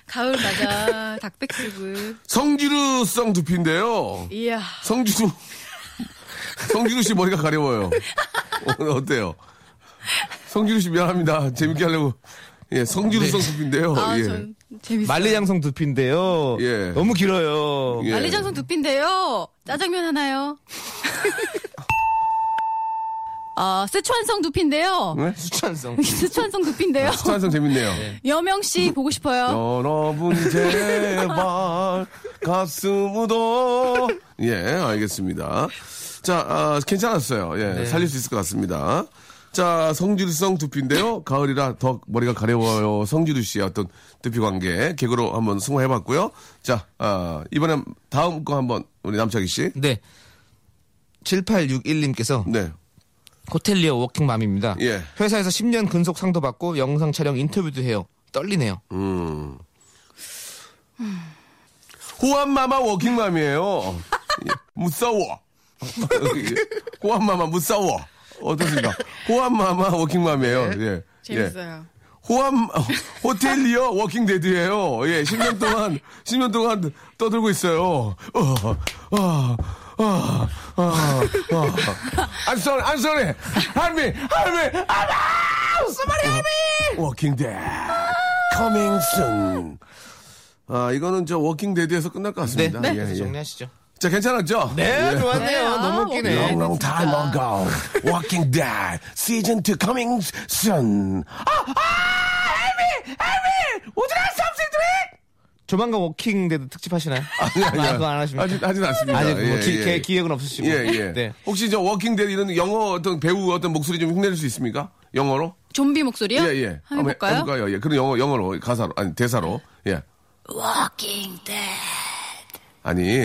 Speaker 3: 가을 맞아. 닭백숙을.
Speaker 1: 성지루성 두피인데요.
Speaker 3: 이야.
Speaker 1: 성지루 성지루 씨 머리가 가려워요. 오늘 어때요? 성지루 씨 미안합니다. 재밌게 하려고 예 성지루성 두피인데요.
Speaker 3: 아,
Speaker 1: 예.
Speaker 3: 전 재밌어요.
Speaker 2: 만리장성 두피인데요.
Speaker 1: 예.
Speaker 2: 너무 길어요.
Speaker 1: 예.
Speaker 3: 만리장성 두피인데요. 짜장면 하나요. 아, 스촨성 두피인데요.
Speaker 1: 네?
Speaker 2: 수천성.
Speaker 3: 스촨성 두피인데요.
Speaker 1: 수찬성 재밌네요.
Speaker 3: 여명 씨 보고 싶어요.
Speaker 1: 여러분 제발 가슴 우도 예 알겠습니다. 자 아, 괜찮았어요. 예 살릴 수 있을 것 같습니다. 자 성질성 두피인데요. 가을이라 더 머리가 가려워요. 성지루 씨의 어떤 두피 관계 개그로 한번 승화해봤고요. 자 아, 이번엔 다음 거 한번 우리 남창희 씨.
Speaker 2: 네. 7861님께서
Speaker 1: 네.
Speaker 2: 호텔리어 워킹맘입니다.
Speaker 1: 예.
Speaker 2: 회사에서 10년 근속 상도 받고 영상 촬영 인터뷰도 해요. 떨리네요.
Speaker 1: 음. 호암마마 워킹맘이에요. 예, 무서워. 호암마마 무서워. 어떻습니까? 호암마마 워킹맘이에요. 예. 예.
Speaker 3: 네. 재밌어요.
Speaker 1: 호암 어, 호텔리어 워킹데드예요. 예, 10년 동안 10년 동안 떠들고 있어요. 어, 어, 어, 어, 어. I'm sorry, I'm sorry. Help me, help me, help me. Somebody help me. Walking Dead, coming soon. 아, 이거는 저 워킹 데드에서 끝날 것
Speaker 2: 네.
Speaker 1: 같습니다. 예,
Speaker 2: 그래서
Speaker 1: 예.
Speaker 2: 정리하시죠.
Speaker 1: 자, 괜찮았죠? 예.
Speaker 2: 네, 좋았네요.
Speaker 3: 네, 아,
Speaker 2: 너무 웃기네.
Speaker 1: Long, long time ago. Walking Dead season 2 coming soon. 아, 아, help me, help me. Would you like something to eat?
Speaker 2: 조만간 워킹데드 특집 하시나요?
Speaker 1: 네, 아니, 아니,
Speaker 2: 그거 안 하십니까?
Speaker 1: 아직 아직 않습니다.
Speaker 2: 아직 뭐
Speaker 1: 예,
Speaker 2: 기,
Speaker 1: 예.
Speaker 2: 계획은 없으시고.
Speaker 1: 예, 예.
Speaker 2: 네.
Speaker 1: 혹시 저 워킹 데드 이런 영어 어떤 배우 어떤 목소리 좀 흉내낼 수 있습니까? 영어로?
Speaker 3: 좀비 목소리요?
Speaker 1: 예, 예.
Speaker 3: 한번 해볼까요?
Speaker 1: 해볼까요? 예. 그런 영어 영어로 가사로 아니 대사로. 예.
Speaker 3: Walking Dead.
Speaker 1: 아니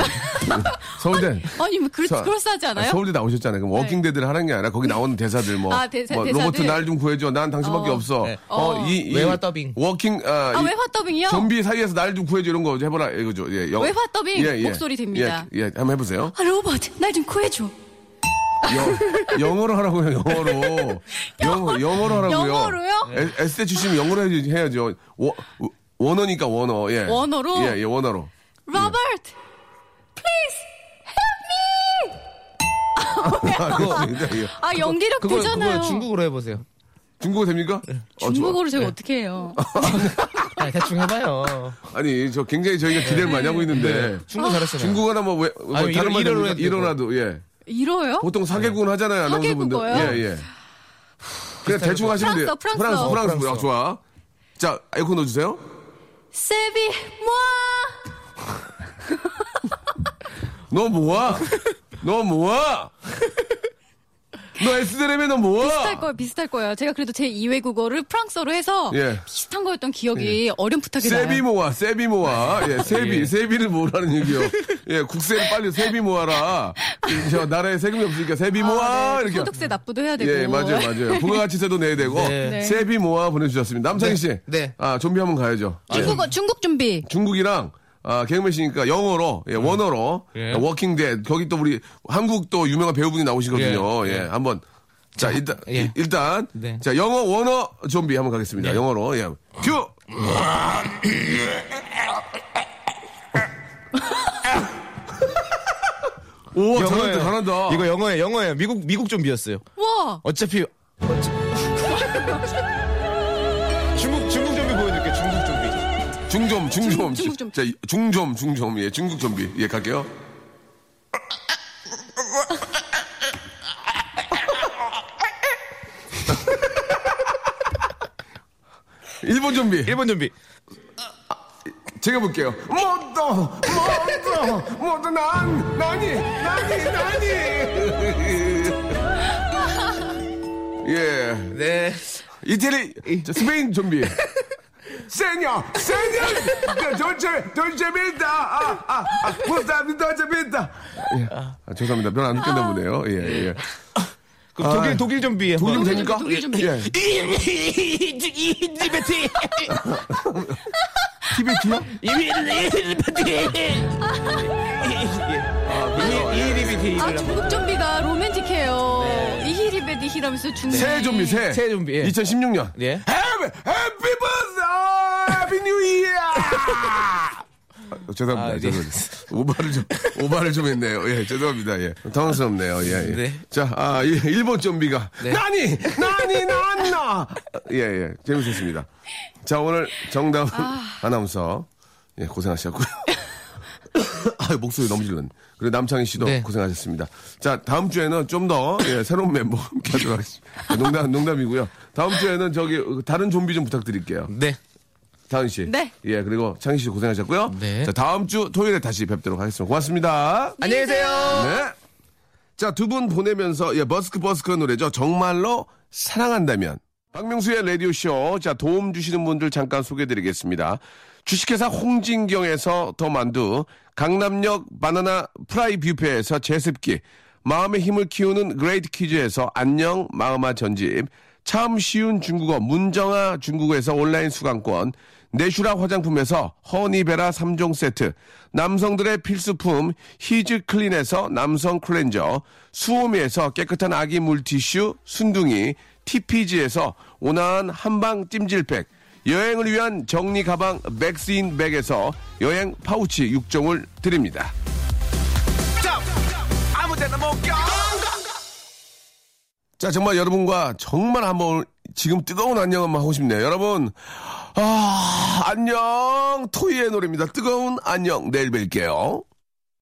Speaker 1: 서울대
Speaker 3: 아니, 뭐 그,
Speaker 1: 서-
Speaker 3: 그럴싸하지 않아요? 네.
Speaker 1: 서울대 나오셨잖아요. 그럼 워킹 데드를 하는 게 아니라 거기 나오는 대사들 뭐,
Speaker 3: 아, 대사-
Speaker 1: 뭐
Speaker 3: 대사들?
Speaker 1: 로버트 날 좀 구해줘. 난 당신밖에
Speaker 3: 어.
Speaker 1: 없어.
Speaker 2: 네.
Speaker 1: 어, 이, 이
Speaker 2: 외화 더빙.
Speaker 1: 워킹 아,
Speaker 3: 아,
Speaker 1: 이-
Speaker 3: 외화 더빙이요?
Speaker 1: 좀비 사이에서 날 좀 구해줘 이런 거 해보라 이거죠. 예, 영-
Speaker 3: 외화 더빙 목소리 됩니다.
Speaker 1: 예, 예, 한번 해보세요.
Speaker 3: 아, 로버트, 날 좀 구해줘.
Speaker 1: 영, 영어로 하라고요, 영어로. 영어, 영어로 하라고요.
Speaker 3: 영어로요?
Speaker 1: 에- 에세이 주시면 영어로 해야지- 해야죠. 워, 원어니까 원어. 예.
Speaker 3: 원어로?
Speaker 1: 예, 예, 원어로.
Speaker 3: 로버트,
Speaker 1: 아, 굉장히-
Speaker 3: 아 연기력
Speaker 2: 그거
Speaker 3: 되잖아요.
Speaker 2: 그거 중국어로 해보세요.
Speaker 1: 중국어 됩니까?
Speaker 2: 네.
Speaker 1: 어,
Speaker 3: 중국어로 제가 어떻게 해요?
Speaker 2: 아, 대충 해봐요.
Speaker 1: 저, 아니, 저 굉장히 저희가 기대를 많이 하고 있는데.
Speaker 2: 중국어 잘하시네요.
Speaker 1: 중국어나 뭐, 왜, 뭐
Speaker 2: 아니,
Speaker 1: 다른
Speaker 2: 이러-
Speaker 1: 말
Speaker 2: 이러로
Speaker 1: 됩니까?
Speaker 2: 해도
Speaker 1: 이러라도, 예.
Speaker 3: 이러요?
Speaker 1: 보통 사개국은 하잖아요, 아나운서분들.
Speaker 3: 네. 사개국어요?
Speaker 1: 예, 예. 그냥 대충 하시면 돼요.
Speaker 3: 프랑스어,
Speaker 1: 프랑스,
Speaker 3: 프랑스어.
Speaker 1: 프랑스.
Speaker 2: 프랑스어.
Speaker 1: 아, 좋아. 자, 에어컨 넣어주세요.
Speaker 3: 세비 모아
Speaker 1: 너 뭐야? 너 뭐야? 너 S대라며 너
Speaker 3: 비슷할
Speaker 1: 뭐야?
Speaker 3: 거예요, 비슷할 거예요. 제가 그래도 제 2외 국어를 프랑스어로 해서
Speaker 1: 예.
Speaker 3: 비슷한 거였던 기억이 어렴풋하게 나요.
Speaker 1: 세비모아, 세비모아. 예, 세비,
Speaker 2: 예.
Speaker 1: 세비를 모으라는 얘기요. 예, 국세를 빨리 세비 모아라. 저 나라에 세금이 없으니까 세비 뭐, 모아.
Speaker 3: 아, 네.
Speaker 1: 이렇게.
Speaker 3: 소득세 뭐. 납부도 해야 되고.
Speaker 1: 예, 맞아요, 맞아요. 부가가치세도 내야 되고.
Speaker 2: 네.
Speaker 1: 세비 모아 보내주셨습니다. 남창희 씨.
Speaker 2: 네, 네.
Speaker 1: 아, 좀비 한번 가야죠. 예.
Speaker 3: 중국어 중국 준비.
Speaker 1: 중국이랑 아, 개그맨 씨니까 영어로, 예, 원어로,
Speaker 2: 예.
Speaker 1: 워킹데, 거기 또 우리 한국 또 유명한 배우분이 나오시거든요. 예,
Speaker 2: 예, 예.
Speaker 1: 한번. 자, 일단,
Speaker 2: 예.
Speaker 1: 이- 일단.
Speaker 2: 네.
Speaker 1: 자, 영어, 원어, 좀비 한번 가겠습니다.
Speaker 2: 네.
Speaker 1: 영어로, 예. 큐! 오, 잘한다, 잘한다.
Speaker 2: 이거 영어예요, 영어예요. 미국, 미국 좀비였어요.
Speaker 3: 와.
Speaker 2: 어차피. 어차- 중국, 중국 좀비 보여드릴게요, 중국 좀비.
Speaker 1: 중좀, 중좀.
Speaker 3: 중- 중국 좀비.
Speaker 1: 자, 중좀, 중좀. 예, 중국 좀비. 예, 갈게요. 일본 좀비.
Speaker 2: 일본 좀비.
Speaker 1: 제가 볼게요. 모토, 모토, 모토 난, 나니, 나니, 나니. 예,
Speaker 2: 네.
Speaker 1: 이태리, 저 스페인 좀비. 세뇨, 세뇨, 돌체, 돌체빌다, 아, 아, 아, 부산 돌체빌다. 예, 아, 죄송합니다. 별로 안 웃겼나 보네요. 예, 예.
Speaker 2: 그럼 독일, 독일 좀비. 한번.
Speaker 1: 아. 독일 됩니까?
Speaker 3: 좀비, 독일 좀비.
Speaker 1: 예, 예.
Speaker 4: 이베티
Speaker 1: 티베트요?
Speaker 4: 이베티
Speaker 2: 이리비티.
Speaker 3: 아 중국 좀비가 로맨틱해요. 이히리베디 히라면서 중국.
Speaker 1: 새 좀비, 새.
Speaker 2: 새 좀비, 예.
Speaker 1: 2016년.
Speaker 2: 예.
Speaker 1: 해피 해피 버스 해피 뉴 이어 죄송합니다.
Speaker 2: 아, 네.
Speaker 1: 죄송합니다. 오바를 좀 오바를 좀 했네요. 예, 죄송합니다. 예. 당황스럽네요. 예. 예.
Speaker 2: 네.
Speaker 1: 자, 아, 예, 일본 좀비가 나니 나니 나나. 예, 예. 재밌었습니다. 자, 오늘 정답은 아... 나운서 예, 고생하셨고요. 아, 목소리 너무 질렀네. 그리고 남창희 씨도
Speaker 2: 네.
Speaker 1: 고생하셨습니다. 자, 다음 주에는 좀 더 예, 새로운 멤버 함께 하도록 하겠습니다. 농담, 농담이고요. 다음 주에는 저기 어, 다른 좀비 좀 부탁드릴게요.
Speaker 2: 네.
Speaker 1: 다은 씨.
Speaker 3: 네.
Speaker 1: 예, 그리고 창희 씨 고생하셨고요.
Speaker 2: 네.
Speaker 1: 자, 다음 주 토요일에 다시 뵙도록 하겠습니다. 고맙습니다.
Speaker 2: 안녕히 계세요.
Speaker 1: 네. 자, 두 분 보내면서 예, 버스크 버스크 노래죠. 정말로 사랑한다면. 박명수의 라디오쇼. 자, 도움 주시는 분들 잠깐 소개해 드리겠습니다. 주식회사 홍진경에서 더 만두, 강남역 바나나 프라이 뷔페에서 제습기, 마음의 힘을 키우는 그레이트 퀴즈에서 안녕 마음아 전집, 참 쉬운 중국어 문정아 중국어에서 온라인 수강권, 내슈라 화장품에서 허니베라 3종 세트, 남성들의 필수품 히즈 클린에서 남성 클렌저, 수오미에서 깨끗한 아기 물티슈 순둥이, TPG에서 온화한 한방 찜질팩, 여행을 위한 정리 가방 맥스인 백에서 여행 파우치 6종을 드립니다. 자, 정말 여러분과 정말 한번 지금 뜨거운 안녕 한번 하고 싶네요. 여러분, 아, 안녕! 토이의 노래입니다. 뜨거운 안녕. 내일 뵐게요.